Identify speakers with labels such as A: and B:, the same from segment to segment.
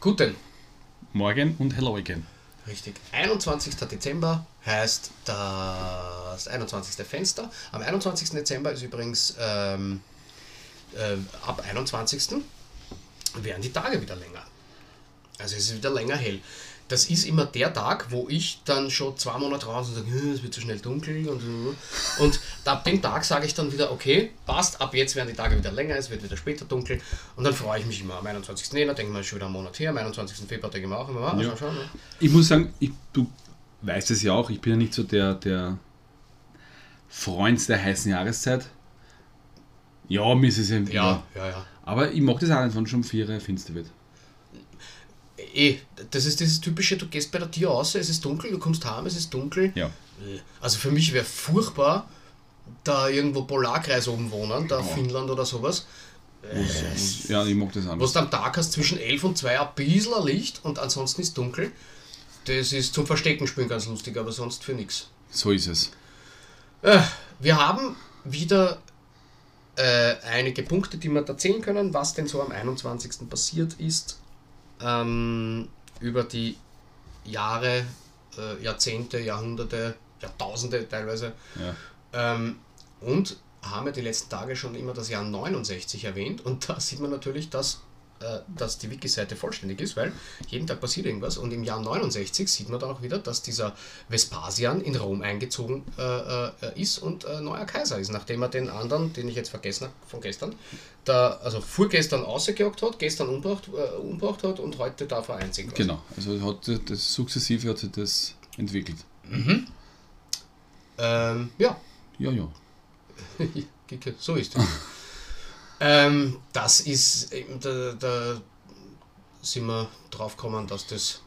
A: Guten.
B: Morgen und hello again.
A: Richtig. 21. Dezember heißt das 21. Fenster. Am 21. Dezember ist übrigens ähm, äh, ab 21. werden die Tage wieder länger. Also es ist wieder länger hell. Das ist immer der Tag, wo ich dann schon zwei Monate raus und sage, "Hm, es wird zu schnell dunkel. Und, und ab dem Tag sage ich dann wieder, okay, passt, ab jetzt werden die Tage wieder länger, es wird wieder später dunkel. Und dann freue ich mich immer. Am 21. Jänner denke ich mir, schon wieder einen Monat her. Am 21. Februar denke ich mir auch immer, ah,
B: Ja.
A: schon, schon, ne?
B: Ich muss sagen, ich, du weißt es ja auch, ich bin ja nicht so der, der Freund der heißen Jahreszeit. Ja, mir ist es ja.
A: ja, ja, ja.
B: Aber ich mag das auch nicht, wenn schon um 4 Uhr finster wird.
A: Eh, das ist dieses typische, du gehst bei der Tür raus, es ist dunkel, du kommst heim, es ist dunkel.
B: Ja.
A: Also für mich wäre furchtbar, da irgendwo Polarkreis oben wohnen, da Finnland oder sowas,
B: Ja, ich mag das auch
A: wo
B: nicht.
A: du am Tag hast zwischen 11 und 2 ein bisschen Licht und ansonsten ist dunkel. Das ist zum Verstecken spielen ganz lustig, aber sonst für nichts.
B: So ist es.
A: Wir haben wieder äh, einige Punkte, die wir erzählen können, was denn so am 21. passiert ist ähm, über die Jahre, äh, Jahrzehnte, Jahrhunderte, Jahrtausende teilweise.
B: Ja.
A: Ähm, und haben ja die letzten Tage schon immer das Jahr 69 erwähnt und da sieht man natürlich, dass, äh, dass die Wiki-Seite vollständig ist, weil jeden Tag passiert irgendwas und im Jahr 69 sieht man dann auch wieder, dass dieser Vespasian in Rom eingezogen äh, äh, ist und äh, neuer Kaiser ist, nachdem er den anderen, den ich jetzt vergessen habe von gestern, da, also vorgestern ausgejagt hat, gestern umgebracht, äh, umgebracht hat und heute darf er einziehen. quasi.
B: Genau. Also es hat das sukzessive hat sich das entwickelt.
A: Ähm, ja,
B: Ja, ja.
A: Gicke, so ist es. ähm, das ist, eben, da, da sind wir drauf gekommen, dass das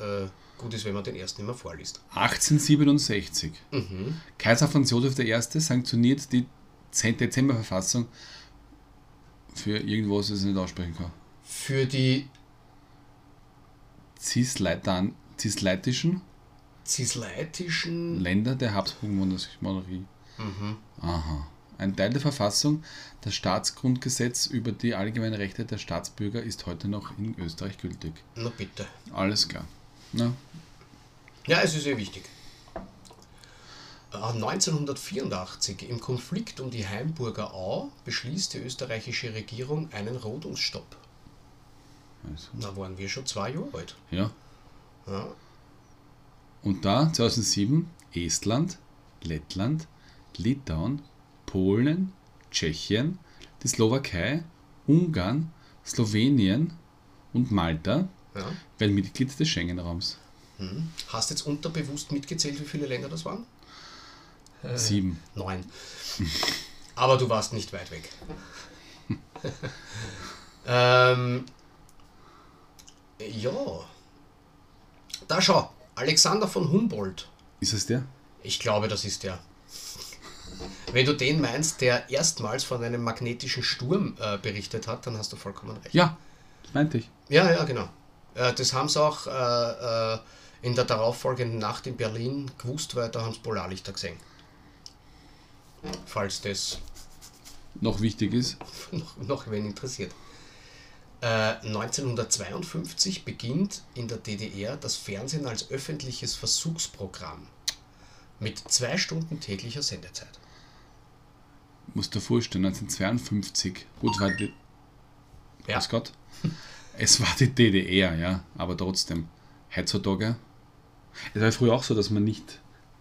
A: äh, gut ist, wenn man den ersten immer vorliest.
B: 1867.
A: Mhm.
B: Kaiser Franz Josef I. sanktioniert die 10. Dezemberverfassung für irgendwas, was ich nicht aussprechen kann.
A: Für die
B: Cisleitan, Cisleitischen
A: zisleitischen.
B: Länder der Habsburg-Monarchie.
A: Mhm.
B: Aha. Ein Teil der Verfassung, das Staatsgrundgesetz über die allgemeinen Rechte der Staatsbürger, ist heute noch in Österreich gültig.
A: Na bitte.
B: Alles klar. Na,
A: Ja, es ist sehr wichtig. Äh, 1984 im Konflikt um die Heimburger Au beschließt die österreichische Regierung einen Rodungsstopp.
B: also,
A: Da waren wir schon zwei Jahre alt.
B: ja.
A: Ja,
B: Und da 2007 Estland, Lettland, Litauen, Polen, Tschechien, die Slowakei, Ungarn, Slowenien und Malta
A: ja.
B: werden Mitglied des Schengen-Raums.
A: Hast jetzt unterbewusst mitgezählt, wie viele Länder das waren?
B: Sieben.
A: Neun. Aber du warst nicht weit weg. ähm, ja. Da schau, Alexander von Humboldt.
B: Ist es der?
A: Ich glaube, das ist der. Wenn du den meinst, der erstmals von einem magnetischen Sturm äh, berichtet hat, dann hast du vollkommen recht.
B: Ja, das meinte ich.
A: Ja, ja, genau. Äh, das haben sie auch äh, äh, in der darauffolgenden Nacht in Berlin gewusst, weil da haben sie Polarlichter gesehen. Falls das
B: Noch wichtig ist.
A: noch, noch wen interessiert. Äh, 1952 beginnt in der DDR das Fernsehen als öffentliches Versuchsprogramm mit zwei Stunden täglicher Sendezeit.
B: Muss dir vorstellen, 1952. Gut, war die,
A: Ja.
B: Grüß Gott. Es war die DDR, ja, aber trotzdem. Heutzutage. Es war ja früher auch so, dass man nicht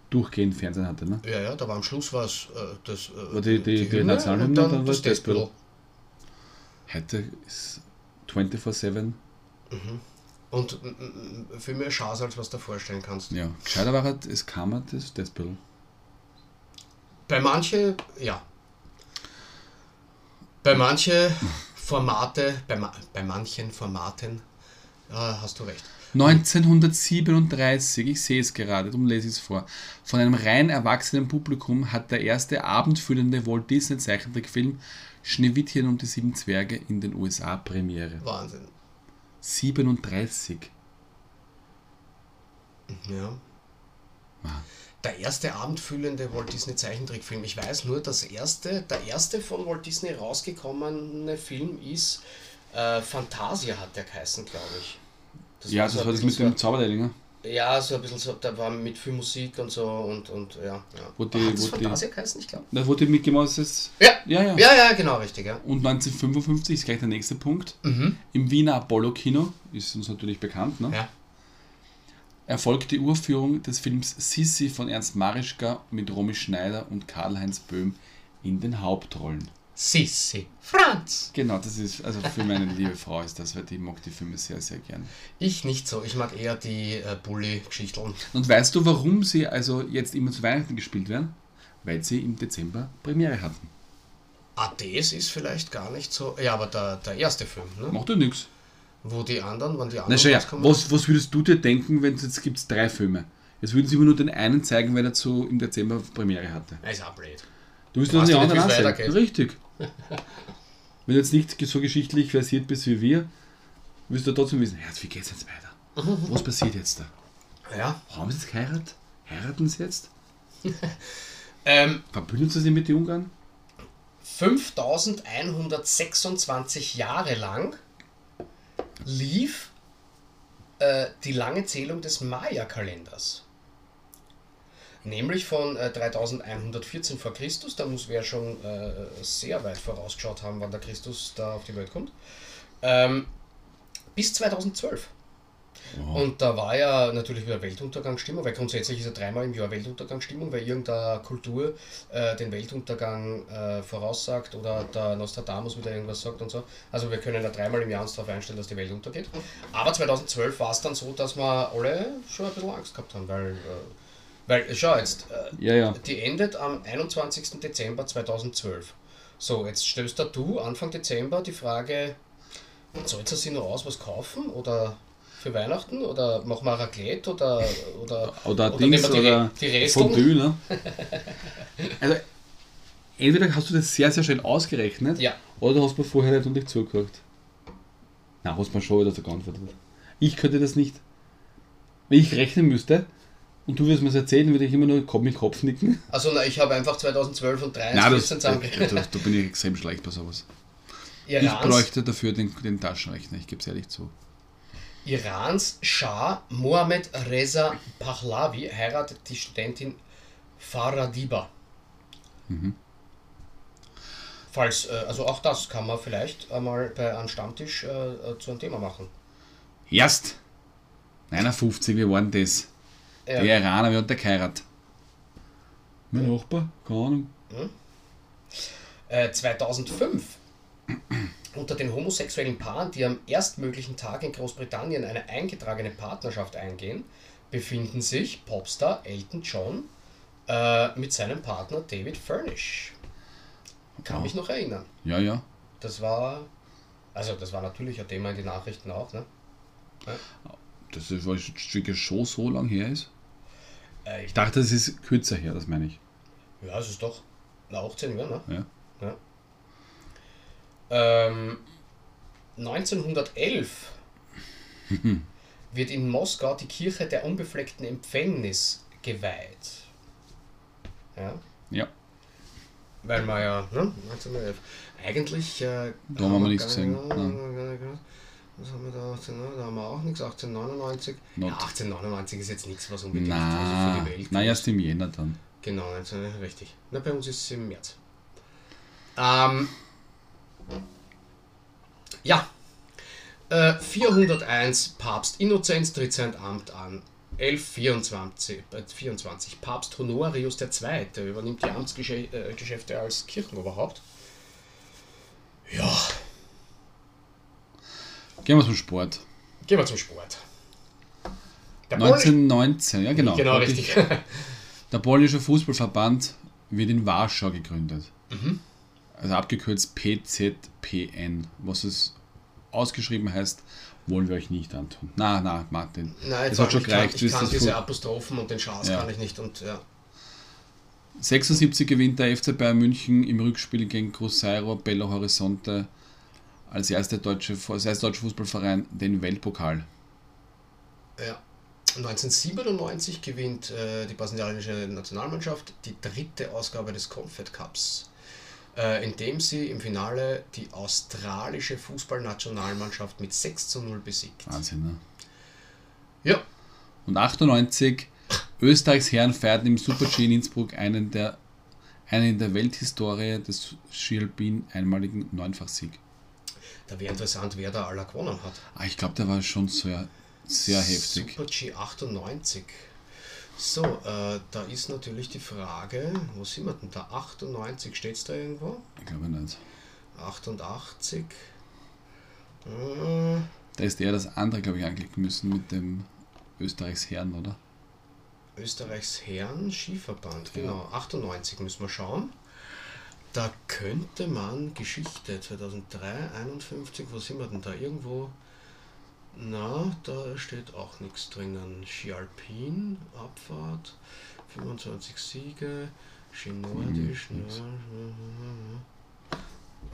B: durchgehend Fernsehen hatte, ne?
A: Ja, ja, da war am Schluss was äh, das. Äh,
B: War die- die- die
A: Hymne
B: Nationalhymne,
A: und dann,
B: dann war
A: das
B: das Deathbell.
A: Deathbell.
B: Heute ist 24-7.
A: Und mm, mm, mm, viel mehr Schaß, als was du dir vorstellen kannst.
B: Ja. Gescheiter war halt, es kam halt das Deathbell.
A: Bei manche, ja. Bei manche Formate, bei, ma bei manchen Formaten äh, hast du recht.
B: 1937, ich sehe es gerade, darum lese ich es vor. Von einem rein erwachsenen Publikum hat der erste abendfüllende Walt Disney Zeichentrickfilm Schneewittchen und die sieben Zwerge in den USA Premiere.
A: Wahnsinn.
B: 37.
A: Ja.
B: Wahnsinn.
A: Der erste abendfüllende Walt Disney Zeichentrickfilm. Ich weiß nur, das erste, der erste von Walt Disney rausgekommene Film ist äh, Fantasia, hat der geheißen, glaube ich. Das
B: ja, also das
A: ein
B: war das
A: bisschen
B: mit
A: so-
B: dem ne? Zauberlehrling,
A: Ja, so ein bisschen so, da war mit viel Musik und so und, und ja. ja.
B: Wo die-
A: Hat das
B: wo die-
A: Fantasia geheißen, ich glaube?
B: da wurde Mickey Mouse jetzt.
A: Ja.
B: Ja, ja.
A: ja, ja, genau, richtig, ja.
B: Und 1955 ist gleich der nächste Punkt.
A: Mhm.
B: Im Wiener Apollo-Kino, ist uns natürlich bekannt, ne?
A: Ja.
B: erfolgt die Urführung des Films Sissi von Ernst Marischka mit Romy Schneider und Karl-Heinz Böhm in den Hauptrollen.
A: Sissi. Franz.
B: Genau, das ist, also für meine liebe Frau ist das, weil die mag die Filme sehr, sehr gern.
A: Ich nicht so, ich mag eher die äh, Bully-Geschichteln.
B: Und weißt du, warum sie also jetzt immer zu Weihnachten gespielt werden? Weil sie im Dezember Premiere hatten.
A: Ah, das ist vielleicht gar nicht so. Ja, aber der, der erste Film, ne?
B: Macht ja nichts.
A: Wo die anderen, wann die
B: Na
A: anderen
B: schau ja,
A: rauskommen.
B: was, was würdest du dir denken, wenn es jetzt gibt drei Filme? Jetzt würden sie immer nur den einen zeigen, weil er zu im Dezember Premiere hatte.
A: Ja, Ist auch blöd.
B: Du wirst
A: Du
B: dann
A: weißt
B: die
A: ja
B: anderen
A: nicht, wie's
B: ansehen.
A: weitergeht.
B: Richtig. Wenn du jetzt nicht so geschichtlich versiert bist wie wir, wirst du trotzdem wissen, Herz, wie geht's jetzt weiter? Was passiert jetzt da?
A: Ja.
B: Haben sie jetzt geheiratet? Heiraten sie jetzt?
A: Ähm,
B: Verbünden sie sich mit den Ungarn?
A: 5126 Jahre lang lief äh, die lange Zählung des Maya-Kalenders. Nämlich von äh, 3114 vor Christus, da muss wer schon äh, sehr weit vorausgeschaut haben, wann der Christus da auf die Welt kommt, ähm, bis 2012.
B: Oh.
A: Und da war ja natürlich wieder Weltuntergangsstimmung, weil grundsätzlich ist ja dreimal im Jahr Weltuntergangsstimmung, weil irgendeine Kultur äh, den Weltuntergang äh, voraussagt oder der Nostradamus wieder irgendwas sagt und so. Also wir können ja dreimal im Jahr uns darauf einstellen, dass die Welt untergeht. Aber 2012 war es dann so, dass wir alle schon ein bisschen Angst gehabt haben, weil, äh, weil schau jetzt, äh,
B: Ja, ja.
A: die endet am 21. Dezember 2012. So, jetzt stellst da du Anfang Dezember die Frage, sollst du sie noch aus was kaufen oder für Weihnachten oder machen wir ein Raclette oder oder
B: Oder, Dings
A: nehmen wir die,
B: oder
A: die Resteln?
B: Fondue, ne? Also, entweder hast du das sehr, sehr schnell ausgerechnet,
A: Ja.
B: oder hast mir vorher nicht und nicht zugehört. Na, hast mir schon wieder so geantwortet. Ich könnte das nicht. Wenn ich rechnen müsste und du würdest mir das erzählen, würde ich immer nur Kopf mit Kopf nicken.
A: Also na, ich habe einfach 2012 und
B: Nein,
A: 2013 zusammengerechnet.
B: äh, da bin ich extrem schlecht bei sowas. Ich
A: Irans,
B: bräuchte dafür den, den Taschenrechner, ich gebe es ehrlich zu.
A: Irans Schah Mohammed Reza Pahlavi heiratet die Studentin Faradiba. Falls, äh, also auch das kann man vielleicht einmal bei einem Stammtisch äh, äh, zu einem Thema machen.
B: Erst 59, wir waren das.
A: Ja.
B: Der Iraner wird der geheiratet. Mein Nachbar? Keine Ahnung.
A: Äh, 2005 unter den homosexuellen Paaren, die am erstmöglichen Tag in Großbritannien eine eingetragene Partnerschaft eingehen, befinden sich Popstar Elton John äh, mit seinem Partner David Furnish. Kann
B: Ja.
A: mich noch erinnern.
B: Ja, ja.
A: Das war, also das war natürlich ein Thema in den Nachrichten auch. Ne?
B: Das ist, weil es wirklich schon so lang her ist.
A: Äh, ich
B: Ich dachte, es ist kürzer her, das meine ich.
A: Ja, es ist doch na, 18 Jahre, ne? Ja. Ähm, 1911 wird in Moskau die Kirche der unbefleckten Empfängnis geweiht. Ja,
B: Ja,
A: weil man ja, ne? 1911. Eigentlich. Äh,
B: Da haben wir nichts
A: gar
B: gesehen,
A: gar gar nicht gemacht. Was haben wir da? 18, ne? Da haben wir auch nichts. 1899. Ja,
B: Not.
A: 1899 ist jetzt nichts, was unbedingt also
B: na,
A: für die Welt
B: na erst im Jänner dann.
A: Genau, also, richtig. Na, bei uns ist es im März. Ähm, ja. Äh, 401 Papst Innozenz tritt sein Amt an. 1124 äh, 24, Papst Honorius II. übernimmt die Amtsgeschäfte äh, Geschäfte als Kirchenoberhaupt. Ja,
B: Gehen wir zum Sport.
A: gehen wir zum Sport. Der Ball-
B: 1919, ja genau.
A: genau,
B: Wirklich.
A: richtig.
B: Der polnische Fußballverband wird in Warschau gegründet.
A: Mhm.
B: Also abgekürzt PZPN, was es ausgeschrieben heißt, wollen wir euch nicht antun. Na, na, Martin.
A: Nein,
B: das
A: jetzt
B: hat
A: sag,
B: schon
A: ich kann,
B: gereicht.
A: ich
B: wisst
A: kann
B: das
A: diese
B: gut.
A: Apostrophen und den Schaß
B: Ja.
A: kann ich nicht und ja.
B: 76 gewinnt der FC Bayern München im Rückspiel gegen Cruzeiro Belo Horizonte als erster deutsche, als erster deutscher Fußballverein den Weltpokal.
A: Ja. 1997 gewinnt äh, die brasilianische Nationalmannschaft die dritte Ausgabe des Comfort Cups, äh, indem sie im Finale die australische Fußballnationalmannschaft mit 6 zu 0 besiegt.
B: Wahnsinn, ne?
A: Ja.
B: Und 98, Österreichs Herren feierten im Super-G in Innsbruck einen der, einen in der Welthistorie des Skilbin einmaligen Neunfachsieg.
A: Da wäre interessant, wer da aller gewonnen hat.
B: Ah, ich glaube, der war schon sehr, sehr heftig.
A: Super G98. So, äh, da ist natürlich die Frage, wo sind wir denn da? 98 steht es da irgendwo?
B: Ich glaube nicht.
A: 88. Äh,
B: Da ist eher das andere, glaube ich, anklicken müssen mit dem Österreichs Herren, oder?
A: Österreichs Herren Skiverband, genau. 98 müssen wir schauen. Da könnte man Geschichte 2003, 51, wo sind wir denn da? Irgendwo. Na, da steht auch nichts drinnen. Ski Alpin, Abfahrt, 25 Siege, Ski Nordisch.
B: Hm, nix.
A: na, na,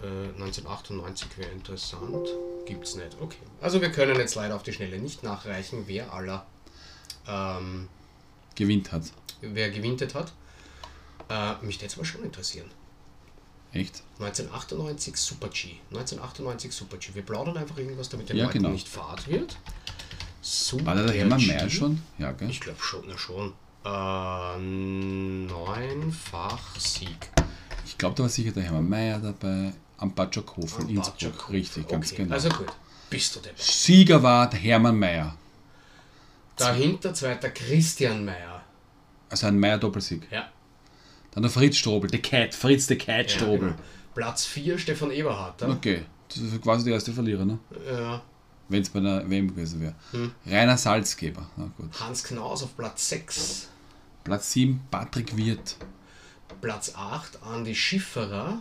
A: na. Äh, 1998 wäre interessant. Gibt's nicht. Okay. Also wir können jetzt leider auf die Schnelle nicht nachreichen, wer aller ähm,
B: Gewinnt hat.
A: wer gewintet hat. Äh, mich würde jetzt aber schon interessieren.
B: Echt?
A: 1998 Super G. 1998 Super G. Wir plaudern einfach irgendwas, damit den
B: Ja,
A: Leuten
B: genau.
A: nicht fad wird. Super
B: War da der Hermann
A: G.
B: Mayer schon? Ja, gell?
A: Ich glaube schon, na schon. Äh, neunfach Sieg.
B: Ich glaube, da war sicher der Hermann Mayer dabei. Am Batschakhof in Innsbruck.
A: Bartschak-
B: Richtig, ganz
A: okay.
B: genau.
A: Also gut. Bist du denn?
B: Sieger war der Hermann Mayer.
A: Dahinter zweiter Christian Meyer.
B: Also ein Mayer-Doppelsieg.
A: Ja.
B: Dann der Fritz Strobel, der Cat, Fritz der Cat
A: ja
B: Strobel.
A: genau. Platz 4 Stefan Eberhardt. Ja?
B: Okay, das ist quasi der erste Verlierer, ne?
A: Äh,
B: Wenn es bei der WM gewesen wäre. Rainer Salzgeber, na gut.
A: Hans Knaus auf Platz 6.
B: Platz 7, Patrick Wirth.
A: Platz 8 Andi Schifferer.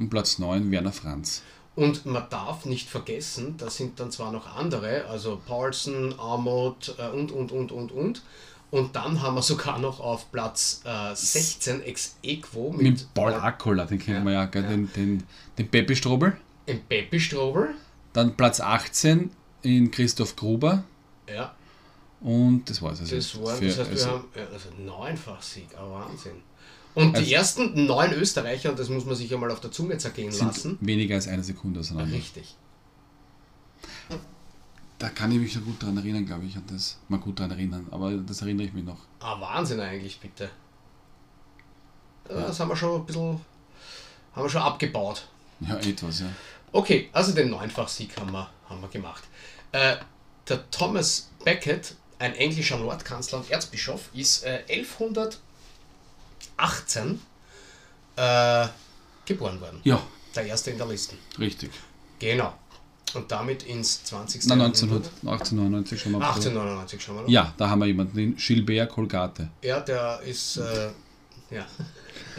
B: Und Platz 9, Werner Franz.
A: Und man darf nicht vergessen, da sind dann zwar noch andere, also Paulsen, Armut äh, und, und, und, und, und. Und dann haben wir sogar noch auf Platz äh, 16 ex equo mit,
B: Mit Paul Ackola, den kennen wir ja, gell? Den, den, den Peppi Strobel.
A: dem Peppi Strobel.
B: Dann Platz 18 in Christoph Gruber.
A: Ja,
B: Und das war's. Also
A: das war,
B: für-
A: das heißt, wir
B: also-
A: haben ja, also neunfach Sieg, aber Wahnsinn. Und
B: Also
A: die ersten neun Österreicher, und das muss man sich einmal auf der Zunge zergehen
B: sind
A: lassen,
B: weniger als eine Sekunde auseinander.
A: richtig.
B: Da kann ich mich noch gut dran erinnern, glaube ich, an das. Mal gut dran erinnern, aber das erinnere ich mich noch.
A: Ah, Wahnsinn eigentlich, bitte. Das haben wir schon ein bisschen, haben wir schon abgebaut.
B: Ja, etwas, ja.
A: Okay, also den Neunfachsieg haben wir, haben wir gemacht. Äh, der Thomas Becket, ein englischer Lordkanzler und Erzbischof, ist äh, 1118 äh, geboren worden.
B: Ja,
A: Der erste in der Liste.
B: richtig.
A: Genau. Und damit ins 20.
B: Na,
A: Jahrhundert.
B: 1900, 1899 schon mal.
A: 1899 schauen wir noch.
B: Ja, da haben wir jemanden, den Gilbert Colgate.
A: ja der ist äh, ja,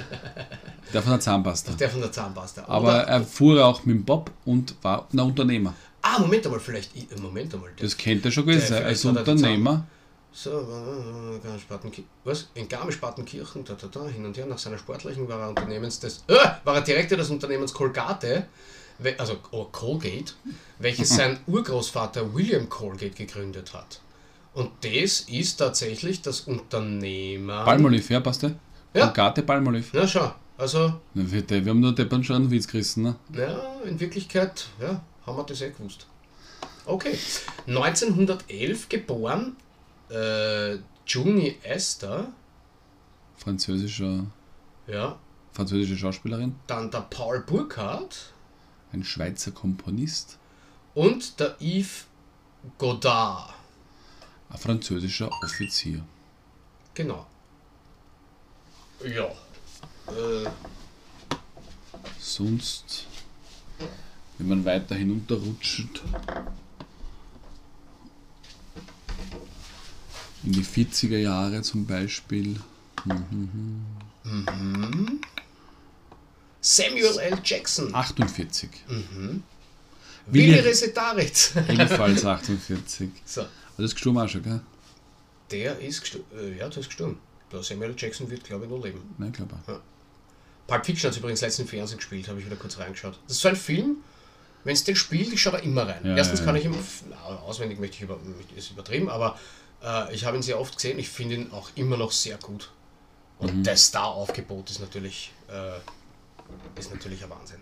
B: Der von der Zahnpasta.
A: der von der Zahnpasta.
B: Aber
A: Oder-
B: er fuhr auch mit dem Bob und war ein Unternehmer.
A: ah, Moment einmal, vielleicht. ich- Moment einmal.
B: Das kennt er schon gewesen
A: Der
B: sein, als
A: vielleicht hat er die
B: Unternehmer.
A: So, äh, Garmisch-Partenkirchen. Was? In Garmisch-Partenkirchen, da, da, da, hin und her, nach seiner sportlichen war er Unternehmens des, äh, war er Direktor des Unternehmens Colgate, we- also oh, Colgate, welches sein Urgroßvater William Colgate gegründet hat. Und das ist tatsächlich das Unternehmer.
B: Palmolive, ja, passt der?
A: Ja.
B: Colgate Palmolive.
A: Na schau, also,
B: Na, wir, wir haben nur Deppern schon einen Witz gerissen, ne?
A: ja, in Wirklichkeit, ja, haben wir das eh gewusst. Okay. 1911 geboren, äh, Juni Esther,
B: Französischer,
A: ja,
B: französische Schauspielerin.
A: dann der Paul Burkhardt
B: Ein Schweizer Komponist.
A: und der Yves Godard.
B: Ein französischer Offizier.
A: Genau. Ja. Äh,
B: Sonst, wenn man weiter hinunterrutscht, in die 40er Jahre zum Beispiel,
A: Samuel L. Jackson.
B: Ah, 48,
A: Mhm. Willi
B: Willi-
A: Resetarit.
B: ebenfalls 48.
A: so.
B: Aber das ist gestorben auch schon, gell?
A: Der ist gestorben. Äh, ja, der ist gestorben. Der Samuel L. Jackson wird, glaube ich, noch leben.
B: Nein, glaube ich.
A: Pulp Fiction hat übrigens letztens im Fernsehen gespielt, habe ich wieder kurz reingeschaut. Das ist so ein Film, wenn es den spielt, ich schaue da immer rein.
B: Ja,
A: Erstens
B: ja,
A: kann ich ihn, na, auswendig möchte ich über, ist übertrieben, aber äh, ich habe ihn sehr oft gesehen, ich finde ihn auch immer noch sehr gut. Und
B: Mhm.
A: das Star-Aufgebot ist natürlich, äh, ist natürlich ein Wahnsinn.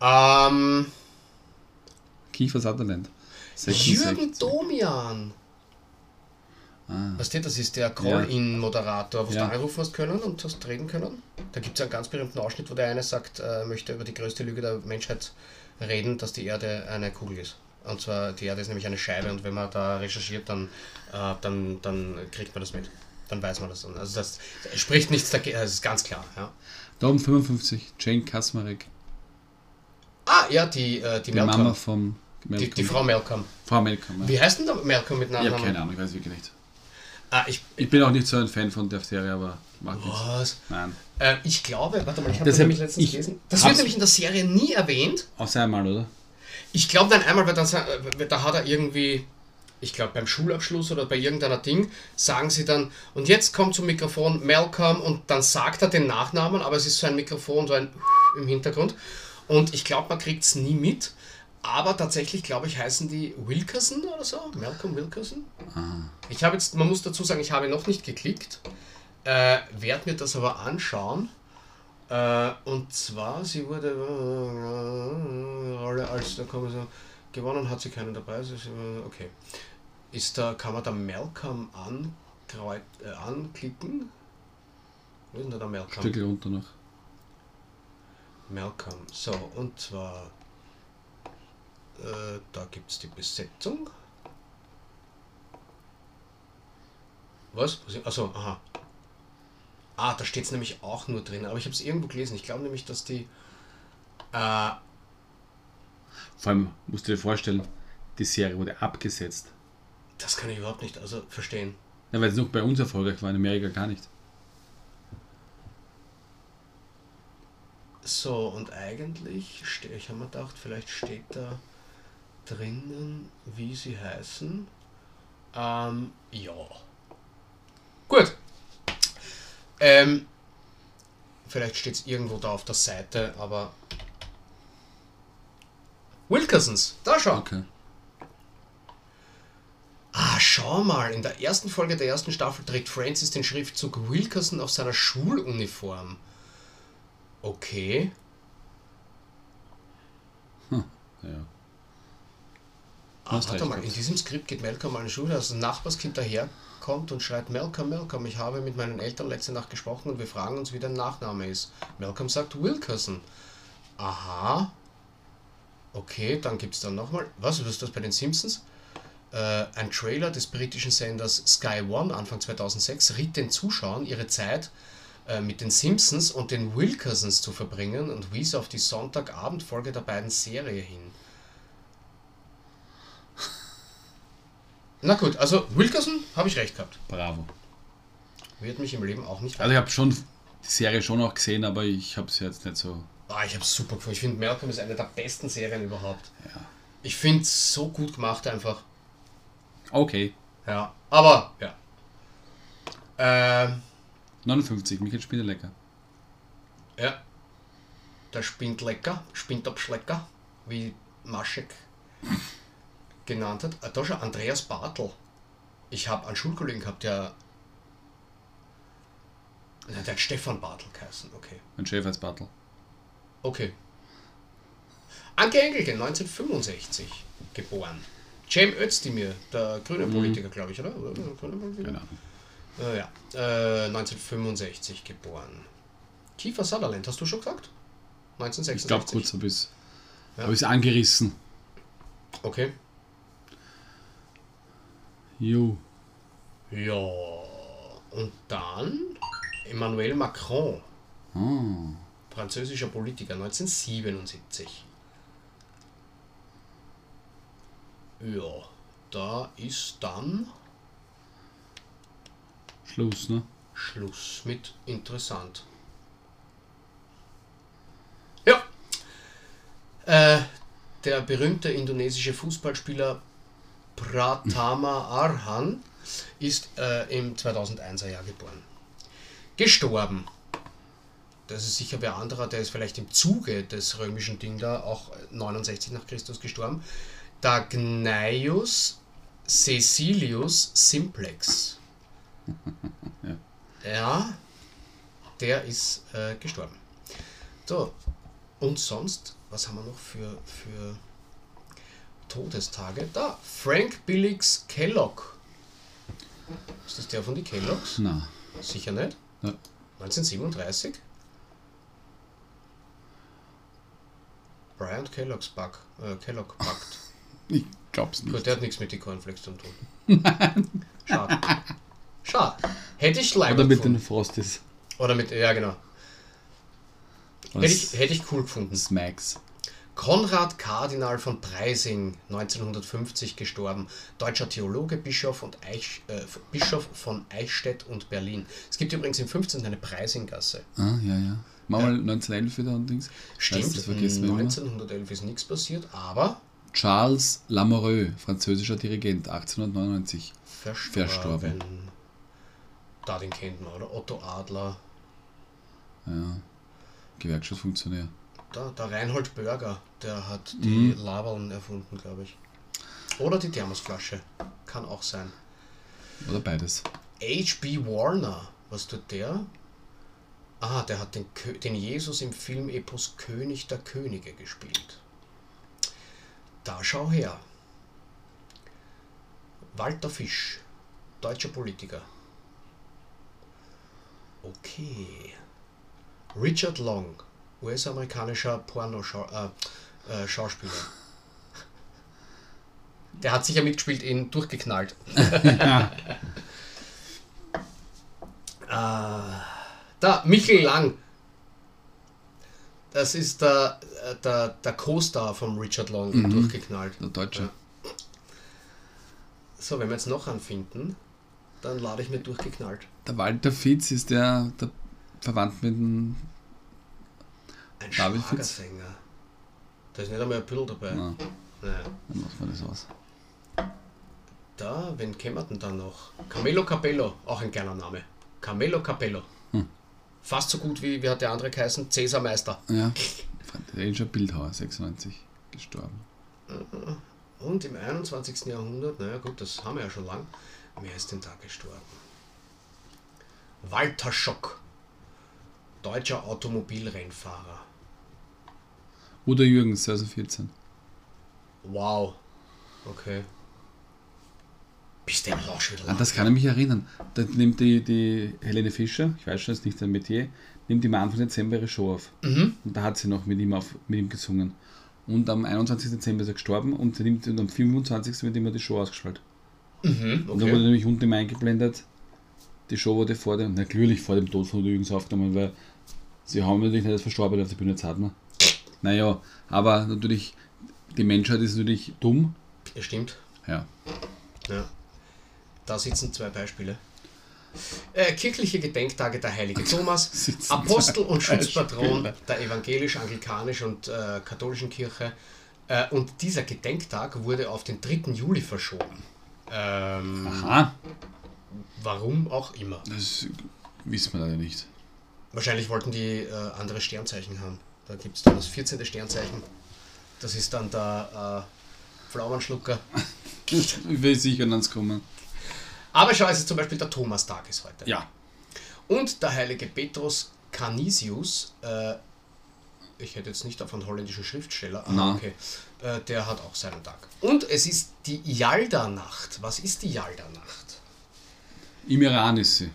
B: Ja.
A: Ähm,
B: Kiefer Sutherland.
A: Jürgen
B: 66.
A: Domian, Weißt du, das ist der Call-In-Moderator, wo
B: Ja.
A: du anrufen hast können und hast reden können. Da gibt es einen ganz berühmten Ausschnitt, wo der eine sagt, er möchte über die größte Lüge der Menschheit reden, dass die Erde eine Kugel ist. Und zwar, die Erde ist nämlich eine Scheibe und wenn man da recherchiert, dann, äh, dann, dann kriegt man das mit. Dann weiß man das. dann. Also das es spricht nichts dagegen, äh, das ist ganz klar. Ja.
B: Daumen 55, Jane Kasmarek,
A: Ah, ja, die, äh, die
B: die Mama
A: Malcolm.
B: vom Malcolm.
A: Die, die Frau Malcolm.
B: Frau Malcolm. Ja.
A: Wie heißt denn der Malcolm mit
B: Ich
A: Nachnamen?
B: habe keine Ahnung, ich weiß wirklich nicht.
A: Ah, ich,
B: Ich bin auch nicht so ein Fan von der Serie, aber mag nichts.
A: was?
B: Nein.
A: Äh, ich glaube, warte mal, ich habe das
B: Das hab
A: nämlich letztens
B: ich-
A: gelesen. Das
B: hab's-
A: wird nämlich in der Serie nie erwähnt.
B: Außer einmal, oder?
A: Ich glaube, dann einmal, weil das, äh, da hat er irgendwie, ich glaube, beim Schulabschluss oder bei irgendeiner Ding, sagen sie dann, und jetzt kommt zum Mikrofon Malcolm und dann sagt er den Nachnamen, aber es ist so ein Mikrofon, so ein im Hintergrund. Und ich glaube, man kriegt es nie mit. Aber tatsächlich, glaube ich, heißen die Wilkerson oder so. Malcolm Wilkerson. Ich habe jetzt, man muss dazu sagen, ich habe noch nicht geklickt. Äh, werd mir das aber anschauen. Äh, und zwar, sie wurde äh, Rolle als der Kommissar gewonnen, hat sie keinen dabei. Sie ist, äh, okay. Ist da, kann man da Malcolm ankreu- äh, anklicken? Wo ist denn da der Malcolm?
B: Stückel runter noch.
A: Malcolm. So, und zwar, äh, da gibt es die Besetzung. Was? Achso, aha. Ah, da steht es nämlich auch nur drin, aber ich habe es irgendwo gelesen. Ich glaube nämlich, dass die. Äh,
B: Vor allem musst du dir vorstellen, die Serie wurde abgesetzt.
A: das kann ich überhaupt nicht also verstehen.
B: Ja, weil es noch bei uns erfolgreich war, in Amerika gar nicht.
A: So, und eigentlich, ste- ich habe mir gedacht, vielleicht steht da drinnen, wie sie heißen. Ähm, ja. Gut. Ähm, vielleicht steht es irgendwo da auf der Seite, aber. Wilkersons, da schau.
B: Okay.
A: Ah, schau mal, in der ersten Folge der ersten Staffel trägt Francis den Schriftzug Wilkerson auf seiner Schuluniform. Okay.
B: Ja.
A: Ah,
B: Hast
A: warte
B: recht,
A: mal, in
B: Gott.
A: diesem Skript geht Malcolm an die Schule, als ein Nachbarskind daherkommt und schreit, Malcolm, Malcolm, ich habe mit meinen Eltern letzte Nacht gesprochen und wir fragen uns, wie dein Nachname ist. Malcolm sagt Wilkerson. Aha. Okay, dann gibt es dann nochmal, was ist das bei den Simpsons? Äh, ein Trailer des britischen Senders Sky One Anfang 2006 riet den Zuschauern, ihre Zeit äh, mit den Simpsons und den Wilkersons zu verbringen und wies auf die Sonntagabendfolge der beiden Serie hin. Na gut, also Wilkerson habe ich recht gehabt.
B: Bravo.
A: Wird mich im Leben auch nicht
B: Also ich habe schon die Serie schon auch gesehen, aber ich habe sie jetzt nicht so.
A: Ah, ich habe super gefunden. Ich finde, Malcolm ist eine der besten Serien überhaupt. Ich finde es so gut gemacht einfach.
B: Okay.
A: Ja, aber ja. Ähm,
B: 59, Michael Spindelecker.
A: ja. Der spinnt lecker, spinnt Abschlecker, wie Maschek genannt hat. Ah, da schon Andreas Bartel. Ich habe einen Schulkollegen gehabt, der. Nein, der hat Stefan Bartel geheißen, okay.
B: Mein Chef als Bartel.
A: Okay. Anke Engelke, 1965 geboren. Cem Özdemir, der grüne Politiker, glaube ich, oder? oder? der grüne Politiker?
B: Keine Ahnung.
A: Äh, ja, äh, 1965 geboren. Kiefer Sutherland, hast du schon gesagt?
B: Ich glaube
A: 1966.
B: kurz habe ich es
A: Ja.
B: ja. angerissen.
A: Okay.
B: Jo.
A: Ja, und dann Emmanuel Macron,
B: Ah.
A: französischer Politiker, 1977. Ja, da ist dann
B: Schluss, ne?
A: Schluss mit interessant. Ja. Äh, der berühmte indonesische Fußballspieler Pratama Arhan ist äh, im 2001er Jahr geboren. Gestorben. Das ist sicher wer anderer, der ist vielleicht im Zuge des römischen Ding da auch 69 nach Christus gestorben. Dagnaius Cecilius Simplex. Ja, der ist äh, gestorben. So, und sonst, was haben wir noch für, für Todestage? Da, Frank Billings Kellogg. Ist das der von die Kelloggs?
B: Na,
A: Sicher nicht.
B: Ja.
A: 1937? Brian Kellogg's Bug, äh, Kellogg backt.
B: ich glaub's nicht.
A: Gut, der hat nichts mit den Cornflakes zu tun. Schade. Schade. Hätte ich leider
B: Oder mit den Frosties.
A: Oder mit, ja genau.
B: Oder
A: Hätte ich, hätte ich cool gefunden.
B: Smacks.
A: Konrad Kardinal von Preising, 1950 gestorben, deutscher Theologe, Bischof, und Eich, äh, Bischof von Eichstätt und Berlin. Es gibt übrigens im 15. eine Preisinggasse.
B: Ah, ja, ja. Mach mal 1911 wieder und Dings.
A: Stimmt, Mhm,
B: Weißt, das vergessen wir immer.
A: 1911 ist nichts passiert, aber
B: Charles Lamoureux, französischer Dirigent, 1899.
A: verstorben.
B: Verstorben.
A: Da den kennt man, oder? Otto Adler,
B: Ja. Gewerkschaftsfunktionär.
A: da, der Reinhold Börger, der hat die Labeln erfunden, glaube ich. Oder die Thermosflasche, kann auch sein.
B: Oder beides.
A: H.B. Warner, was tut der? Ah, der hat den, Kö- den Jesus im Filmepos König der Könige gespielt. Da schau her. Walter Fisch, deutscher Politiker. Okay. Richard Long, US-amerikanischer Pornoschauspieler. Äh, Schauspieler. der hat sicher mitgespielt in Durchgeknallt. Äh, Da, Michel Lang. Das ist der, äh, der, der Co-Star von Richard Long, durchgeknallt.
B: Der Deutsche.
A: So, wenn wir jetzt noch einen finden, dann lade ich mir durchgeknallt.
B: Der Walter Fitz ist der, der Verwandt mit dem.
A: Ein
B: David Fitz?
A: Schlagersänger. Da ist nicht einmal ein Püll dabei.
B: Na,
A: Naja.
B: dann lassen wir das aus.
A: Da, wen kennen wir denn da noch? Camelo Capello, auch ein geiler Name. Camelo Capello. Fast so gut wie, wie hat der andere geheißen? Cäsar Meister.
B: Ja. Italienischer Bildhauer, 96. Gestorben.
A: Und im 21. Jahrhundert, naja gut, das haben wir ja schon lang, wer ist denn da gestorben? Walter Schock, deutscher Automobilrennfahrer.
B: Udo Jürgens, also 2014.
A: Wow. Okay. Bist du auch schon wieder
B: An
A: lang?
B: das kann ich mich erinnern. Da nimmt die, die Helene Fischer, ich weiß schon, ist nicht sein Metier, nimmt im Anfang Dezember ihre Show auf. Und da hat sie noch mit ihm, auf, mit ihm gesungen. Und am 21. Dezember ist er gestorben und, sie nimmt, und am 25. wird immer die Show ausgestrahlt.
A: Mhm,
B: Und da wurde
A: okay.
B: nämlich unten immer eingeblendet, die Show wurde vor dem, natürlich vor dem Tod von Udo Jürgens aufgenommen, weil sie haben natürlich nicht das Verstorbene auf der Bühne zart. Ne? Naja, aber natürlich, die Menschheit ist natürlich dumm.
A: Ja, stimmt.
B: Ja.
A: Ja. Da sitzen zwei Beispiele. Äh, kirchliche Gedenktage der Heilige Thomas,
B: Sitzen
A: Apostel und
B: zwei
A: Schutzpatron
B: Beispiele.
A: der evangelisch-anglikanischen und äh, katholischen Kirche. Äh, und dieser Gedenktag wurde auf den 3. Juli verschoben. Ähm,
B: Aha,
A: warum auch immer.
B: das wissen wir leider nicht.
A: Wahrscheinlich wollten die äh, andere Sternzeichen haben. Da gibt es dann das 14. Sternzeichen. Das ist dann der äh, Pflaumenschlucker.
B: Ich will sicher ans Kommen.
A: Aber schau, es ist zum Beispiel der Thomastag ist heute.
B: Ja.
A: Und der heilige Petrus Canisius, äh, ich hätte jetzt nicht auf einen holländischen Schriftsteller, ah,
B: Na.
A: okay, äh, der hat auch seinen Tag. Und es ist die Yalda-Nacht. Was ist die Yalda-Nacht?
B: Im Iran ist sie.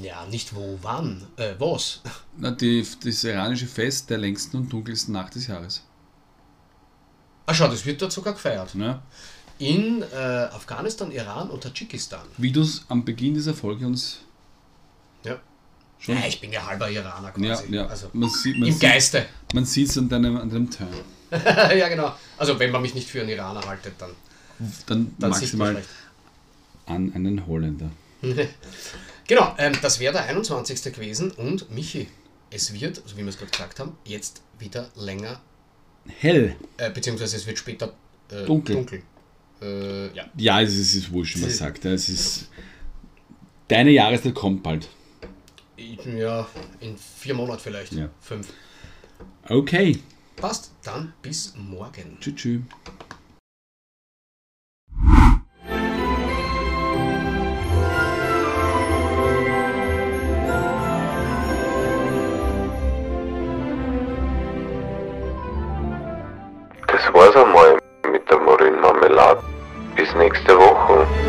A: Ja, nicht wo, wann, äh, was.
B: Na, die, das iranische Fest der längsten und dunkelsten Nacht des Jahres.
A: Ah, schau, das wird dort sogar gefeiert.
B: Ne?
A: In äh, Afghanistan, Iran und Tadschikistan.
B: Wie du es am Beginn dieser Folge uns
A: Ja.
B: schon.
A: ja, ich bin ja halber Iraner
B: ja,
A: quasi.
B: ja.
A: Also,
B: man sieht man
A: Im
B: sieht,
A: Geiste.
B: man sieht's an deinem, an deinem Turn.
A: ja, genau. Also, wenn man mich nicht für einen Iraner haltet, dann,
B: Dann,
A: dann sieht man
B: maximal
A: vielleicht.
B: an einen Holländer.
A: Genau, ähm, das wäre der 21. gewesen und Michi, es wird, so wie wir es gerade gesagt haben, jetzt wieder länger,
B: Hell.
A: äh, beziehungsweise es wird später äh,
B: Dunkel.
A: dunkel. Äh, ja.
B: Ja, es ist, es ist wurscht, wie man sagt. ja, Es ist. Deine Jahreszeit kommt bald.
A: Ich- ja, in vier Monaten vielleicht.
B: Ja.
A: Fünf.
B: Okay.
A: Passt, dann bis morgen.
B: Tschüss. tschüss.
C: Das war's einmal mit der Marin Marmelade. Bis nächste Woche.